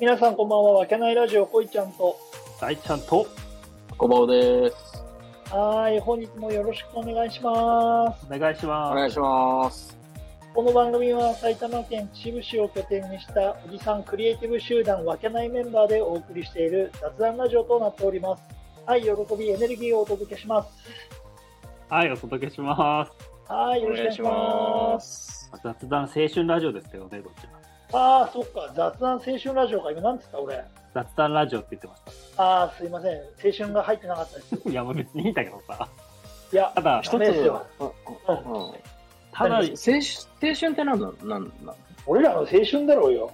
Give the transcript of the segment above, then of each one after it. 皆さんこんばんは。わけないラジオ、こいちゃんと。大ちゃんとこんばんはです。はーい。本日もよろしくお願いします。お願いしおま願いします。この番組は埼玉県秩父市を拠点にしたおじさんクリエイティブ集団わけないメンバーでお送りしている雑談ラジオとなっております。はい。喜び、エネルギーをお届けします。す。はい、お届けします。はーい。よろしくお願いします。す。雑談青春ラジオですけどね、どっちも。ああ、そっか。雑談青春ラジオか。今何つった俺。雑談ラジオって言ってましああ、すいません。青春が入ってなかったです。た。い や、別にいいんだけどさ。いや、ただ一、つ、ダうんメですうんよ青ただ、何春青春って何なのなんなん俺らの青春だろうよ。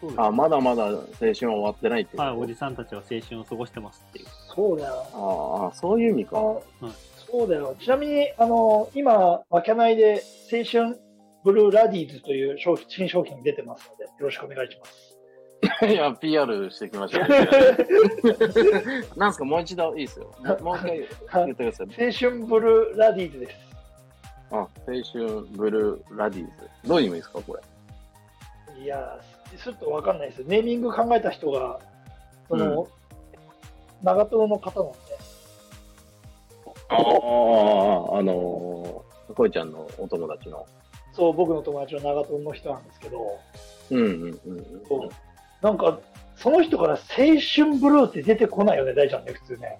そうですあ、まだまだ青春は終わってないっていう。はい、おじさんたちは青春を過ごしてますっていう。そうだよ。ああ、そういう意味あか。うんそうだよ。ちなみに、あの、今、わけないで、青春ブルーラディーズという商品新商品出てますので、よろしくお願いします。 いや、PR してきました、 なんすか、もう一度いいですよ。もうもう一回言ってください。青春ブルーラディーズです。あ青春ブルーラディーズ。どういう意味ですか、これ。いやー、すすっとわかんないです。ネーミング考えた人が、その、長友の方なんで、ああ、あのー、こいちゃんのお友達の。そう、僕の友達の長友の人なんですけど、うんうんうんうん。そうなんか、その人から青春ブルーって出てこないよね、大ちゃんね、普通ね。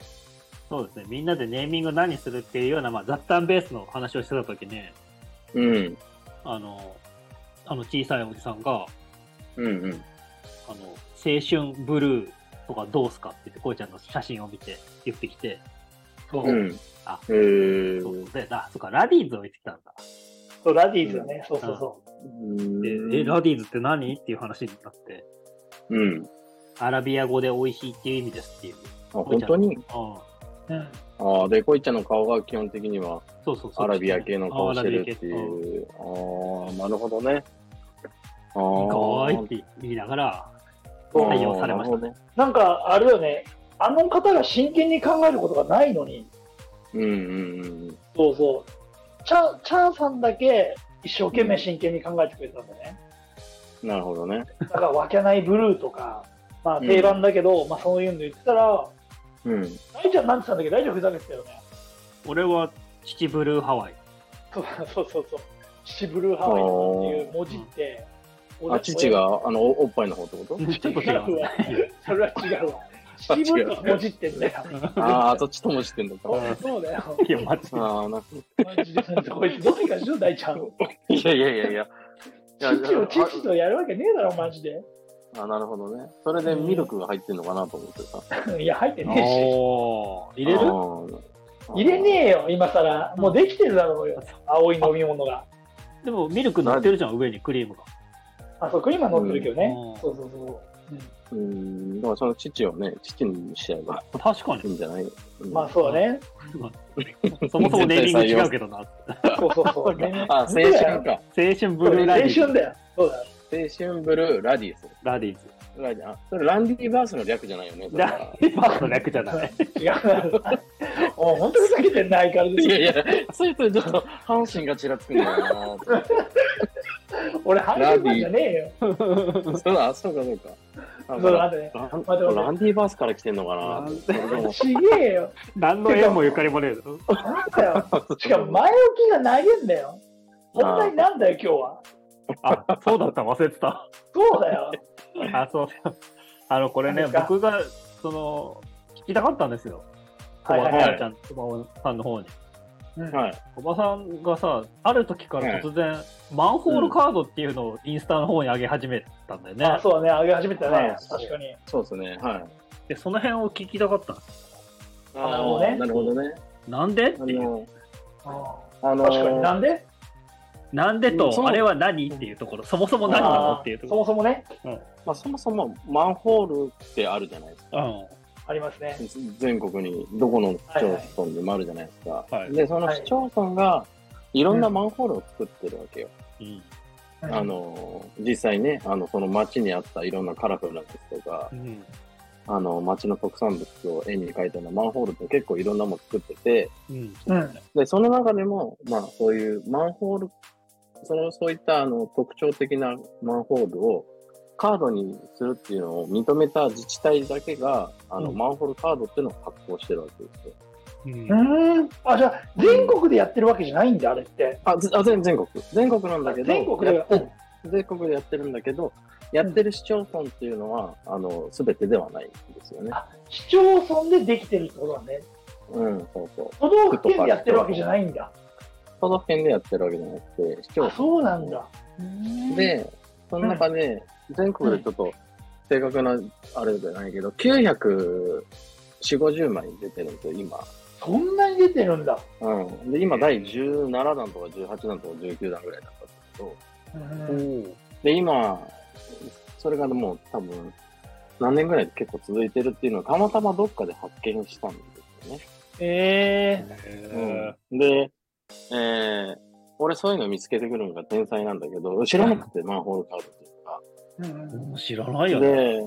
そうですね、みんなでネーミング何するっていうような、まあ、雑談ベースの話をしてた時ね、うん。あの、あの小さいおじさんが、うんうん。あの、青春ブルーとかどうすかって言って、こうちゃんの写真を見て言ってきて、そう、うん。あへーそうで、あ、そっか、ラディーズを言ってきたんだ。そう、ラディーズだね、そうそうそう。うんで、え、ラディーズって何っていう話になって、うん。アラビア語で美味しいっていう意味ですっていう。あ、本当にうん。うんああ、で、こいちゃんの顔が基本的にはそうそうそう。アラビア系の顔してるってあアラビア系うんいう。ああ、なるほどね。ああ。かわいいって言いながら、採用されましたああなるなんか、あれよね、あの方が真剣に考えることがないのに、ほどね。うんうんうん。そうそう、チャチャーさんだけ一生懸命真剣に考えてくれたんだ ね。なるほどね。だから、わけないブルーとか、まあ、うん定番だけど、まあ、そういうの言ってたら、うん。大ちゃんなんて言ったんだっけど、大ちゃんふざけてたよね。俺は、父ブルーハワイ。そうそうそうそう、父ブルーハワイとかっていう文字って、俺あ、父。が、あの、おおっぱいの方ってことちょっと違違うう。 わ。それは違うわ。父ブルーが文字ってん だよ。ああ、そっちとも知ってんのか。そうそうだよ。いや、マジで。ああ、なマジでこいつどうにかしろ、大ちゃん。いやいやいやいや。いや父を父とやるわけねえだろ、マジで。あ、なるほどね。それでミルクが入ってんのかなと思ってさ。いや、入ってねえし。おー、入れあるあ入れねえよ、今さら。もうできてるだろうよ、青い飲み物が。でも、ミルク乗ってるじゃん、上にクリームが。あ、そう、クリームは飲んでるけどねうん。そうそうそうーん、だからその父をね、父にしちゃえば確かいに。いんじゃない、うんう。まあ、そうだね。そもそもネーミング違うけどな。青そうそうそう。あ、青春か。春ブブルルーーララデイィーズ。青春だよ。そうだ。青春ブルーラディース。ラディーズ。ラディあ、それランディバースの略じゃないよね。そ れ ラはディーバーの略じゃ ない。違うな。おいほんとふざけてんな、相変わらいず。やいや、そういうとちょっと阪神がちらつくんだよ 俺、阪神ファンじゃねえよ。な。そうだ、そうかそうか。あそうだ、あとね。ラン待って待ってランディバースから来てんのかなランそれともちげえよ。何の縁もゆかりもねえぞ。なんだよ。しかも、前置きが投げんだよ。問題なんだよ、今日は。あ、そうだった、忘れてた。そうだよ。あ、そう。 あの、これね、何ですか僕が、その、聞きたかったんですよ。は小いは葉いはいさんちゃん、小葉さんの方に。うん はい。小葉さんがさ、ある時から突然、マンホールカードっていうのをインスタの方に上げ始めたんだよね。あ、そうだね。上げ始めたはねい。確かに。そうですね。はい。で、その辺を聞きたかったんですあーなるほどねなるほどね。なんでってあいう。の、うんあの確かに。なんでなんでうんそと、もあれは何っていうところ、そもそも何なのあーっていうとそこもそもね、まあ、そもそもマンホールってあるじゃないですか。ろ。ありますね。全国にどこの市町村でもあるじゃないですか。いはいで、その市町村がいろんなマンホールを作ってるわけよ。うん。うん。あ、の、実際ね、あの、その町にあったいろんなカラフルな靴とかう、ん。あの、町の特産物を絵に描いたようなマンホールって結構いろんなもの作ってて、うん。うん、で、その中でも、まあ、そういうマンホール、その、そういった、あの、特徴的なマンホールをカードにするっていうのを認めた自治体だけが、あの、うんマンホールカードっていうのを発行してるわけですよ。うんうーん。あ、じゃあ、全国でやってるわけじゃないんだ、あれって。あ、ずあ全全国。全国なんだけど、全国でやっ全国でやってるんだけど、やってる市町村っていうのは、あの、すべてではないんですよね。あ市町村でできてるってことだね。うん、そうそう。都道府県でやってるわけじゃないんだ。都道府県でやってるわけじゃなくて、市町あ、村。そうなんだ。うーん、で、その中で、全国でちょっと正確なあれじゃないけど、940、50枚出てるんですよ、今。そんなに出てるんだ。うん。で、今、第17弾とか18弾とか19弾ぐらいだったんですけど、うおんーで、今、それがもう多分、何年ぐらい結構続いてるっていうのをたまたまどっかで発見したんですよね。えへうんで、えー、俺そういうの見つけてくるのが天才なんだけど、知らなくて、マンホールカードっていうか。ーーうんもう知らないよね。で、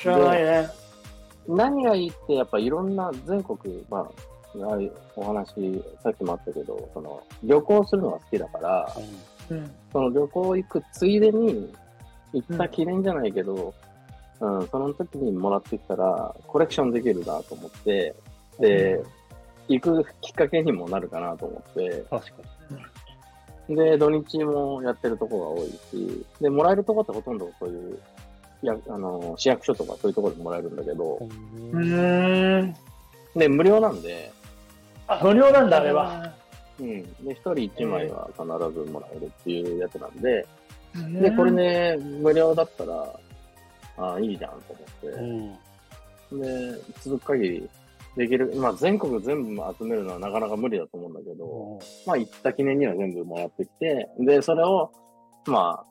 知らないね。何がいいって、やっぱいろんな全国、まあ、ああいうお話、さっきもあったけど、その、旅行するのが好きだから、うん。その旅行行くついでに、行った記念じゃないけど、うん、その時にもらってきたら、コレクションできるなと思って、で、行くきっかけにもなるかなと思って、確かに。で、土日もやってるとこが多いし、で、もらえるとこってほとんどそういう、いや、あの、市役所とかそういうところでもらえるんだけど、うーん。で、無料なんで、あ、無料なんだ、あれは。うん。で、一人一枚は必ずもらえるっていうやつなんで、でで、これ。ね、無料だったら、ああ、いいじゃんとう思ん。って、で、続く限りできる、まあ全国全部集めるのはなかなか無理だと思うんだけど、まあ行った記念には全部もらってきて、で、それを、まあ、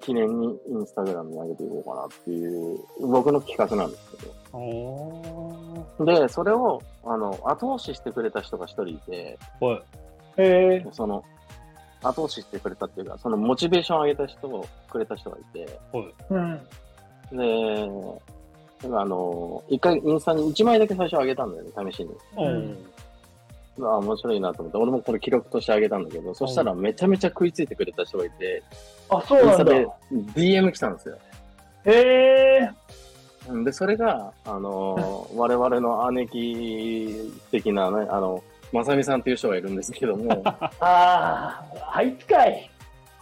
記念にインスタグラムに上げていこうかなっていう、僕の企画なんですけおおど。で、それを、あの、後押ししてくれた人が一人いて、ー。はい。えその、後押ししてくれたっていうか、そのモチベーションを上げた人をくれた人がいて、ーうん。で、あの、一回インスタに1枚だけ最初上げたんだよね、試しに。うんああ、面白いなと思って、俺もこれ記録として上げたんだけど、そしたらめちゃめちゃ食いついてくれた人がいて、あ、そうインなスタんだ。で DM 来たんですよ。えー。で、それが、あの、我々の姉貴的なね、あの、まさみさんっていう人がいるんですけ ども、ああ、あいつかい。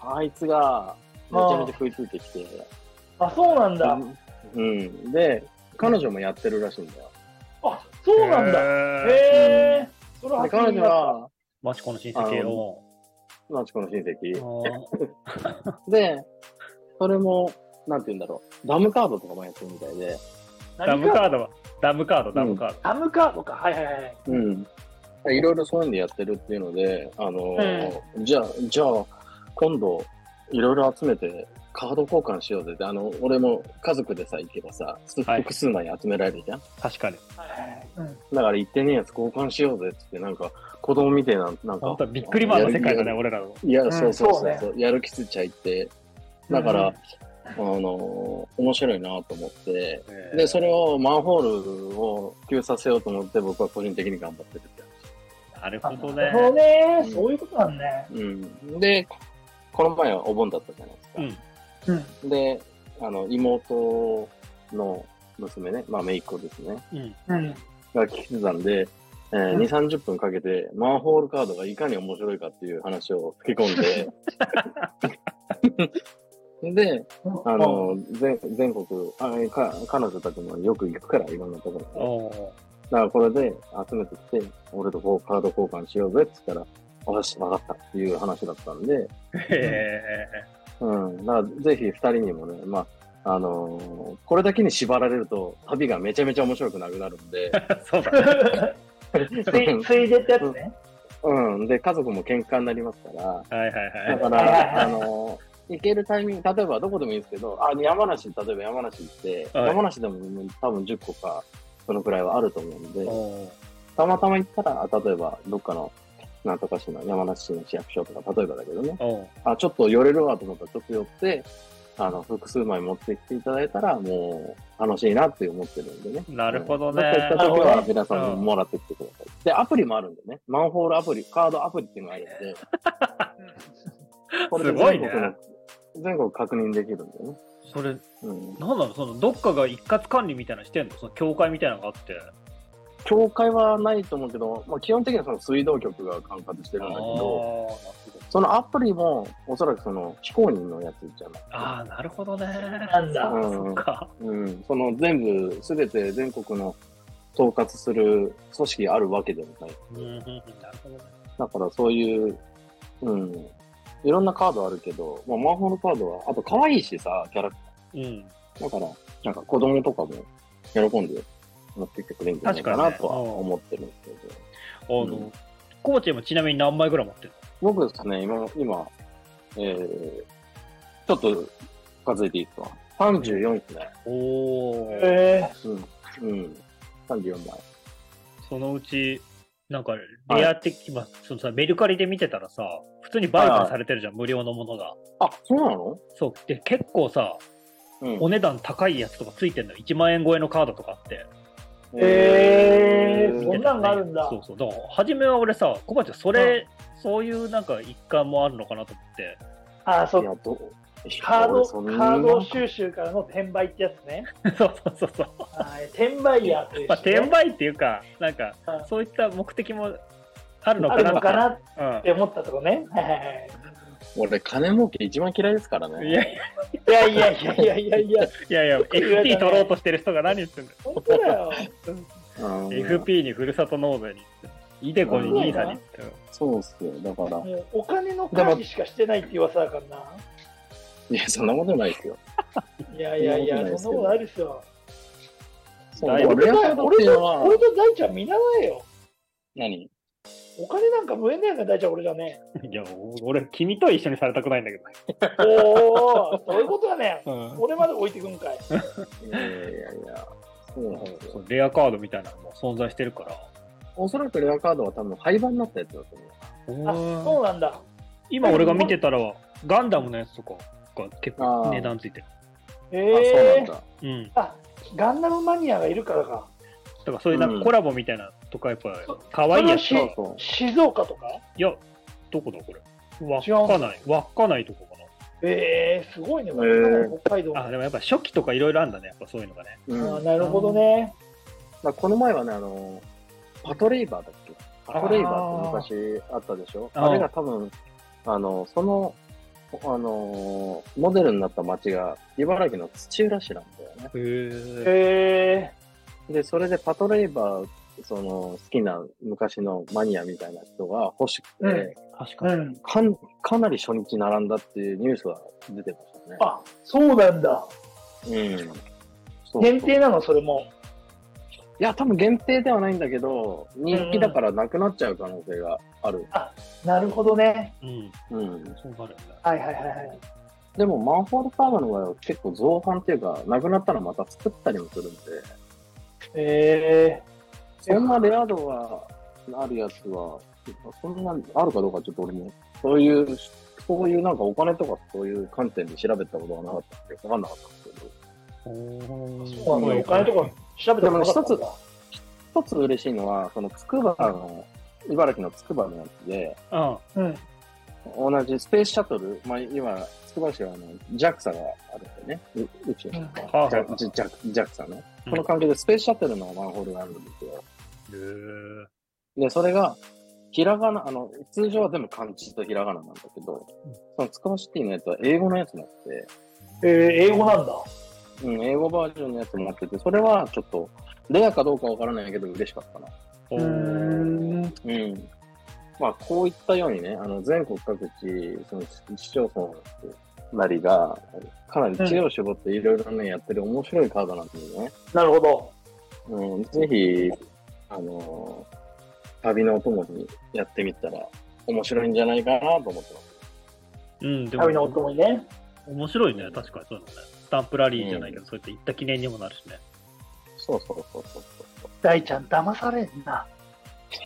あいつがめちゃめちゃ食いついてきて、あ、そうなんだ。うん。で、彼女もやってるらしいんだよ。あ、そうなんだ。だえー。それはで、彼女は、マチコの親戚を。マチコの親あ戚。ーで、それも、なんて言うんだろう。ダムカードとかもやってるみたいで。ダ何ムカードは、ダムカード、ダムカーダムカードか。はいはいはい。うん。いろいろそういうんでやってるっていうので、あのーじゃあ、じゃあ、今度、いろいろ集めて、カード交換しようぜって、あの、俺も家族でさ、行けばさ、すはい複数枚集められるじゃん、ド。確かに。はいはいはいうんだから行ってねえやつ交換しようぜってって、なんか、子供みたいな、なん本か当、はビックリマンの世界だね、やる俺らの。いや、うんそうそうそうそうそやる気ついちゃいって、だから、あのー面白いなと思って、で、それをマンホールを普及させようと思って、僕は個人的に頑張ってるってなるほどなるほね。どねうんそういうことなんね。うん。で、この前はお盆だったじゃないですうか。んうん。で、あの、妹の娘ね、まあ、姪っ子ですね、うん。うん。が聞いてたんで、えーうん2、30分かけて、マンホールカードがいかに面白いかっていう話を吹き込んで、で、あ の、全全国あか、彼女たちもよく行くから、いろんなところに。おーだからこれで集めてきて、俺とこうカード交換しようぜって言ったら、よし、わかったっていう話だったんで、へーうん。だからぜひ二人にもね、まあ、あのーこれだけに縛られると、旅がめちゃめちゃ面白くなくなるんで、 そうだね。つい、ついでってやつね。うん。で、家族も喧嘩になりますから、はいはいはだい。から、あのー行けるタイミング、例えばどこでもいいんですけど、あ、山梨、例えば山梨行って、はい山梨でも多分10個か、そのくらいはあると思うんで、おーたまたま行ったら、あ例えば、どっかの、なんとか市の山梨市の市役所とか、例えばだけどね、おーあ、ちょっと寄れるわと思ったら、ちょっと寄って、あの、複数枚持ってきていただいたら、もう、楽しいなって思ってるんでね。なるほどどっかね行。った時なるはほ、皆さんももらってきてください。で、アプリもあるんでね。マンホールアプリ、カードアプリっていうのがあるんで。これで全国の すごいね全国確認できるんでね。それ、うん。なんなのその、どっかが一括管理みたいなのしてんのその、協会みたいなのがあって。教会はないと思うけど、まあ、基本的にはその水道局が管轄してるんだけど、そのアプリもおそらくその非公認のやつじゃない。あーあー、なるほどね。なんだそっかそうんっか。うん、その全部、すべて全国の統括する組織があるわけでもない。うん、うんうん、なるほどね。だからそういう、うん、いろんなカードあるけど、まあ、魔法のカードは、あと可愛いしさ、キャラクうん。ター。だから、なんか子供とかも喜んで持ってきてくれるんじゃないかな確かにねとは思ってるんですけど。あの、うんコーチもちなみに何枚ぐらい持ってる僕ですね、今、今、えー、ちょっと数えていいですか ?34 ですね。のおーえうん。うん。34枚。そのうち、なんか、レア的、まあ、そのさ、メルカリで見てたらさ、普通に売買されてるじゃん、無料のものが。あ、そうなのそう。で、結構さ、うんお値段高いやつとかついてんの。1万円超えのカードとかあって。えーそ見てんたなよんねがあるんだそうそう。だから、初めは俺さ、小鉢はそれ、そういうなんか一環もあるのかなと 思って。あいそやう、どカード、そんなカード収集からの転売ってやつね。そうそうそうそう。はい転売ヤーというまあ、人ね転売っていうか、なんかうん、そういった目的もあるのあかるなのかなっうんて思ったとこね。はいはいはい俺、金儲け一番嫌いですからね。いやいいやいやいやいやいやいや、やいや、FP 取ろうとしてる人が何言ってんだよ。本当だ よ。うん、 FP にふるさと納税に、イデコにニーサにって。そうっすよ。だから、もうお金の管理しかしてないって噂だからいや、そんなことないですよ。な。いやいやいや、そんなことないですよ。そう、だい俺ぶレアカードっていうのは、俺と大ちゃん見習えよ。何お金なんか無縁だよね、大ちゃん、俺じゃね。いや、俺、君と一緒にされたくないんだけおお、そういうことだね。ど。俺まで置いてくんかい。いやいやいや、そうなんですそよ。うレアカードみたいなのも存在してるから。おそらくレアカードは多分廃盤になったやつだと思う。あ、そうなんだ。今俺が見てたら、ガンダムのやつとかが結構値段ついてる。へあ、えそうなん。だ。うん。あ、ガンダムマニアがいるからか。だからそういうなんうんかコラボみたいなとか、やっぱ、可愛いやつそれとそうはそ静岡とかいや、どこだこれ。稚内。稚内とこかええすごいね、へー北海道な。あ、でもやっぱ初期とかいろいろあるんだね。やっぱそういうのがね。う。うん、あだかなるほどね。らこの前はね、あの、パトレイバーだっけパトレイバーって昔あったでしょあーあれが多分、あの、その、あのーモデルになった町が茨城の土浦市なんだよね。へえ。へえで、それでパトレイバー、その、好きな昔のマニアみたいな人が欲しくて、うん確うかに。ん。かんかなり初日並んだっていうニュースが出てましたね。あ、そうなんだ。うん。そう限い定なの、それも。や、多分限定ではないんだけど、人気だからなくなっちゃう可能性がある。なるほどね。うん。うん。そうなるんだ。はいはいはいはい。でも、マンホールカードの場合は結構造反っていうか、なくなったらまた作ったりもするんで、えそんなレア度があるやつは、そんなあるかどうかちょっと俺も、そういう、そういうなんかお金とかそういう観点で調べたことがなかったんで、わかんなかったんですえおーけど、そうなんだ。お金とか調べたことなかったんだでも一つ嬉しいのは、そのつくばの、茨城のつくばのやつで、うん。うん。同じスペースシャトル、まあ、今、つくば市はあの JAXA があるんだよね、う宇宙の。はあ、ジはャあジャ JAXA ね。うんこの関係でスペースシャトルのマンホールがあるんですよ。へーで、それが、ひらがな、あの、通常は全部漢字とひらがななんだけど、そのつくばシティのやつは英語のやつになってて、えー、英語なんだ。うん、英語バージョンのやつになってて、それはちょっと、レアかどうかわからないけど嬉しかったな。おうーーん。うん。まあ、こういったようにね、あの、全国各地、その市町村なりが、かなり知恵を絞っていろいろね、やってる面白いカードなんでね、なるほど。うん、ぜひ、あのー旅のお供にやってみたら面白いんじゃないかなと思ってます。うん、で旅のお供も、にね。面白いね。確かにそういうのね。スタンプラリーじゃないけど、そういった行った記念にもなるしね。そうそうそうそうそう。大ちゃん、騙されんな。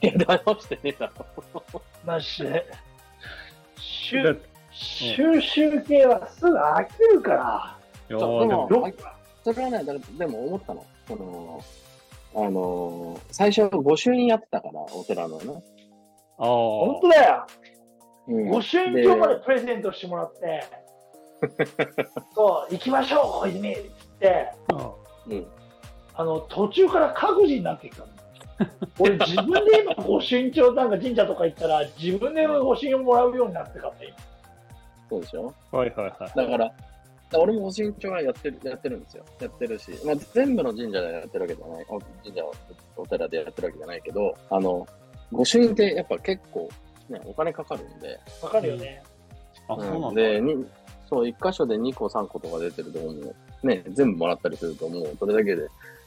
いや、騙してねえだろ。マジで。収だって収集系はすぐ飽きるから。いやそうーででもも、どあそれはね、だでも思ったの。この、あのー最初募集にやってたから、お寺のね。ああ。本当だよ。うん 御朱印帳までプレゼントしてもらって。そう、行きましょう、小泉っつって、うん。あの、途中から各自になってきたの。 俺、自分で今、御神帳なんか神社とか行ったら、自分で御神をもらうようになってかって、そうでしょはいはいはい。だから、俺も保身長はやってる、やってるんですよ。やってるし、まあ、全部の神社でやってるわけじゃない。お神社、お寺でやってるわけじゃないけど、あの、御朱印ってやっぱ結構、ね、お金かかるんで、わかるよね。あ、そうなんだ。で、にそう、一箇所で2個3個とか出てると思う。ね、全部もらったりすると、もうそれだけで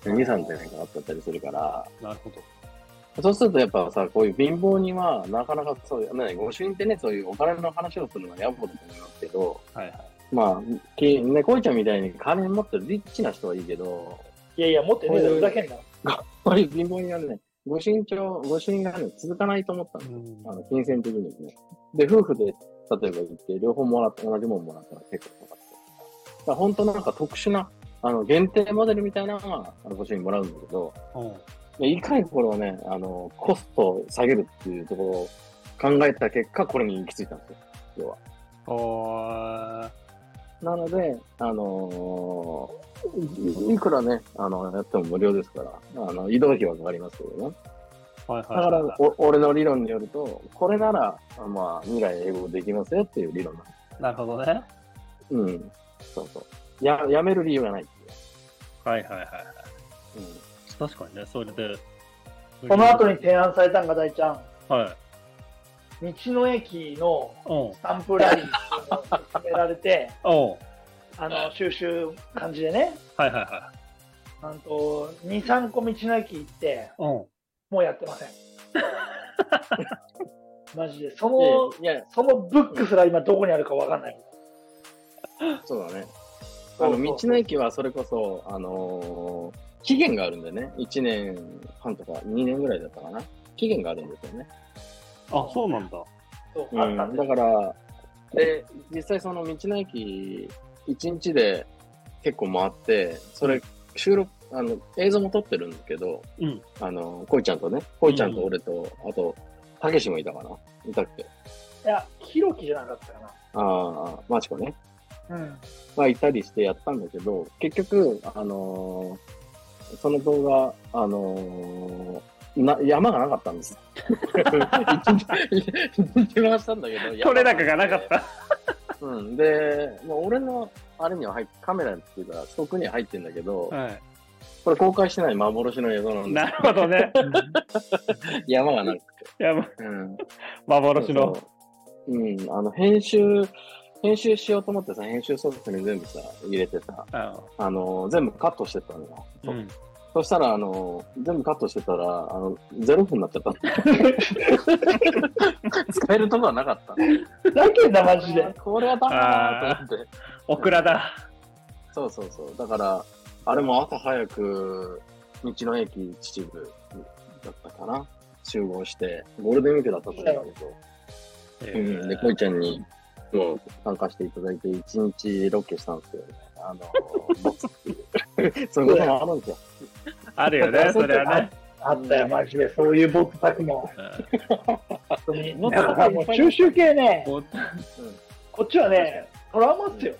2、3点かかっちゃったりするから、なるほど。そうするとやっぱさ、こういう貧乏人は、なかなかそういう、ね、御朱印ってね、そういうお金の話をするのは野暮だと思いますけど、はいはい。まあ、きね、こいちゃんみたいに金持ってるリッチな人はいいけど、いやいや、持ってねえだろ、ふざけんな。やっぱり貧乏人はね、ご身長、ご身がね、続かないと思ったの。うんあの、金銭的にね。で、夫婦で、例えば行って、両方もらって、同じもんもらったら結構かかって。だから本当なんか特殊な、あの、限定モデルみたいなのが、あの、ご主人もらうんだけど、うんでいかにこれをね、あの、コストを下げるっていうところを考えた結果、これに行き着いたんですよ。要は。あなので、あのーいいくらね、あの、やっても無料ですから、あの、移動費はかかりますけどね。ーはいはいだからお、俺の理論によると、これなら、まあ、未来英語できますよっていう理論ななるほどね。の。うん。そうそう。や、やめる理由がないってはいはいはい。いう。確かにね、それで。この後に提案されたんが、大ちゃん、はい。道の駅のうん。スタンプラリーを 勧められて、おうあの、収集感じでね、はいはいはあのと2、3個道の駅行って、い。うん。もうやってま せん。マジで、そうん。いの、やいや、そのブックすら今どこにあるかわかんない。そうだね。あの、道の駅はそれこそ、あのー期限があるんでね。1年半とか2年ぐらいだったかな。期限があるんですよね。あ、そうなんだ。そうあうったん。だんですよから、で、実際その道の駅、1日で結構回って、それ、収録、あの、映像も撮ってるんだけど、うん。あの、こいちゃんとね、こいちゃんと俺と、あと、たけしもいたかないたっけいや、ひろきじゃなかったかああ、マチコね。な。うん。まあ、いたりしてやったんだけど、結局、あのーその動画、あのーな、山がなかったんです。一日、一日回したんだけど、 山取れ高がなかっ。た。うん。で、もう俺の、あれには入っカメラっていうか、ストックには入ってんだけど、は。これ公開してない幻の映像ないんでなるほどね。す。山がなくて。いや、まうん。幻の。そうそう。うん、あの、編集、編集しようと思ってさ、編集ソフトに全部さ、入れてさ、あの、全部カットしてったのよ。うん。そしたら、あの、全部カットしてたら、あの、0分になっちゃったの。 使えるとこはなかったの。だけんな、マジで。これはダメだなと思って。オクラだ。そうそうそう。だから、あれも朝早く、道の駅秩父だったかな。集合して、ゴールデンウィークだったと思うんだけど。うん、で、こいちゃんにもう参加していただいて、一日ロケしたんですけどね。あの、 ボツっていう。そういうこともあるんですよ。あるよね、それはね。あったよ、マジで。そういうボツ作も。本当に。もっと なんかもう、中秋系ね、おこっちはね、トラウマっすよ。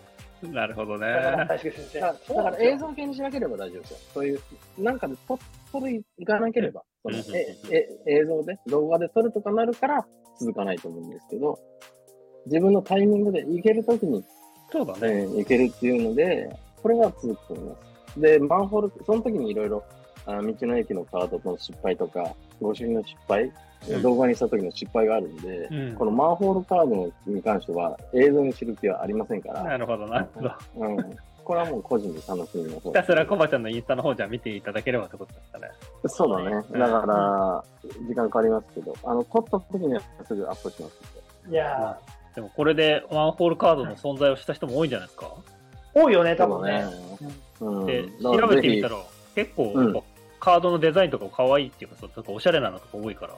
なるほどね。だから、大輔先生。だかだらかだからら映像系にしなければ大丈夫ですよ。そういう、なんかで撮取る、いかなければ、そのうんええ映像で、動画で撮るとかなるから続かないと思うんですけど、自分のタイミングで行けるときに、そうだえね。ー行けるっていうので、これは続くと思います。で、マンホール、その時にいろいろ、あ道の駅のカードの失敗とか、ご主人の失敗、うん動画にした時の失敗があるんで、うんこのマンホールカードに関しては映像にする気はありませんから、なるほど、なるほど。ひうん、これはもう個人で楽しみましょう。たすらコバちゃんのインスタの方じゃ見ていただければってことですかね。そうだね。だから、時間かかりますけど、あの、撮った時にはすぐアップしますんで。いやでもこれでワンホールカードの存在をした人も多いんじゃないですか。ー、多いよね、多分ね。そうだね。で、うん。調べてみたら、結構、うんカードのデザインとかも可愛いっていうかさ、なんかおしゃれなのとか多いから、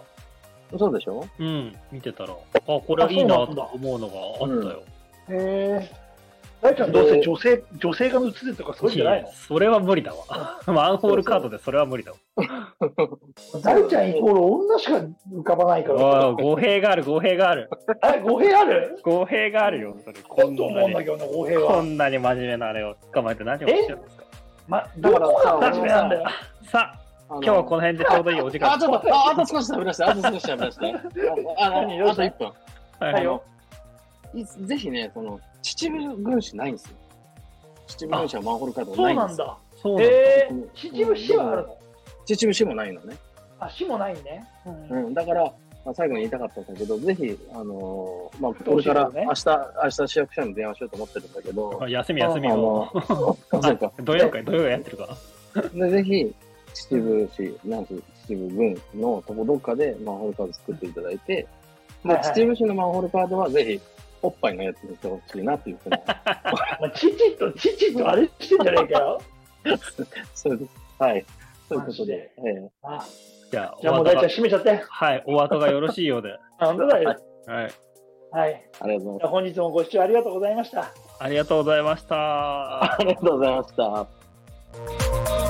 そうでしょうん、見てたら、あ、これはいいなと思うのがあったよ。へえ。あいちゃんどうせ女性、女性が映るとかそういうんじゃないいやそれは無理だわ。 マンホールカードでそれは無理だわ。の大ちゃんイコール女しか浮かばないから。わあ語弊がある、語弊がある。あれ、語弊ある語弊があるよ、それ。ここんんとな思うんにだ。けどな、語弊こは。んなに真面目なあれを捕まえて何をしてるんですか。ま、だどからこがさ真面目なんだよ。さあ、今今日はこの辺でちょうどいいお時間あ、ちょっと、あ、あと 少し喋らせて、あと少し喋らせて。ああ何どうの、あしたと1分。はいよいつぜひね、その、秩父軍師ないんですよ。秩父軍師はマンホールカードそなういんなでんすよ。だ。そうなんだえうんー、秩父市はあるの秩父市もないのね。あ、市もないね。うんうん、だから、まあ、最後に言いたかったんだけど、ぜひ、あのーまあ、どこうれしよかうねら、明日、明日市役所に電話しようと思ってるんだけど、あ休み休みあを。 の、そうか。土曜か、土曜やってるかで、ぜひ、秩父市、なんし、秩父郡のとこどっかでマンホールカード作っていただいて、はいではい秩父市のマンホールカードはぜひ、おっぱいのやつにしてほしいなっていうふうな。 お前父と父とあれしてんじゃねえか よ。そうです。はい。というマことジでで、えーあじゃあ、じゃあもおう大後ちゃんが、閉めちゃ って。はい、お後がよろしいようで。なんだよ。はい。はい。ありがとうじゃございあ本日もご視聴ありがとうございました。ありがとうございましたます。。ありがとうございました。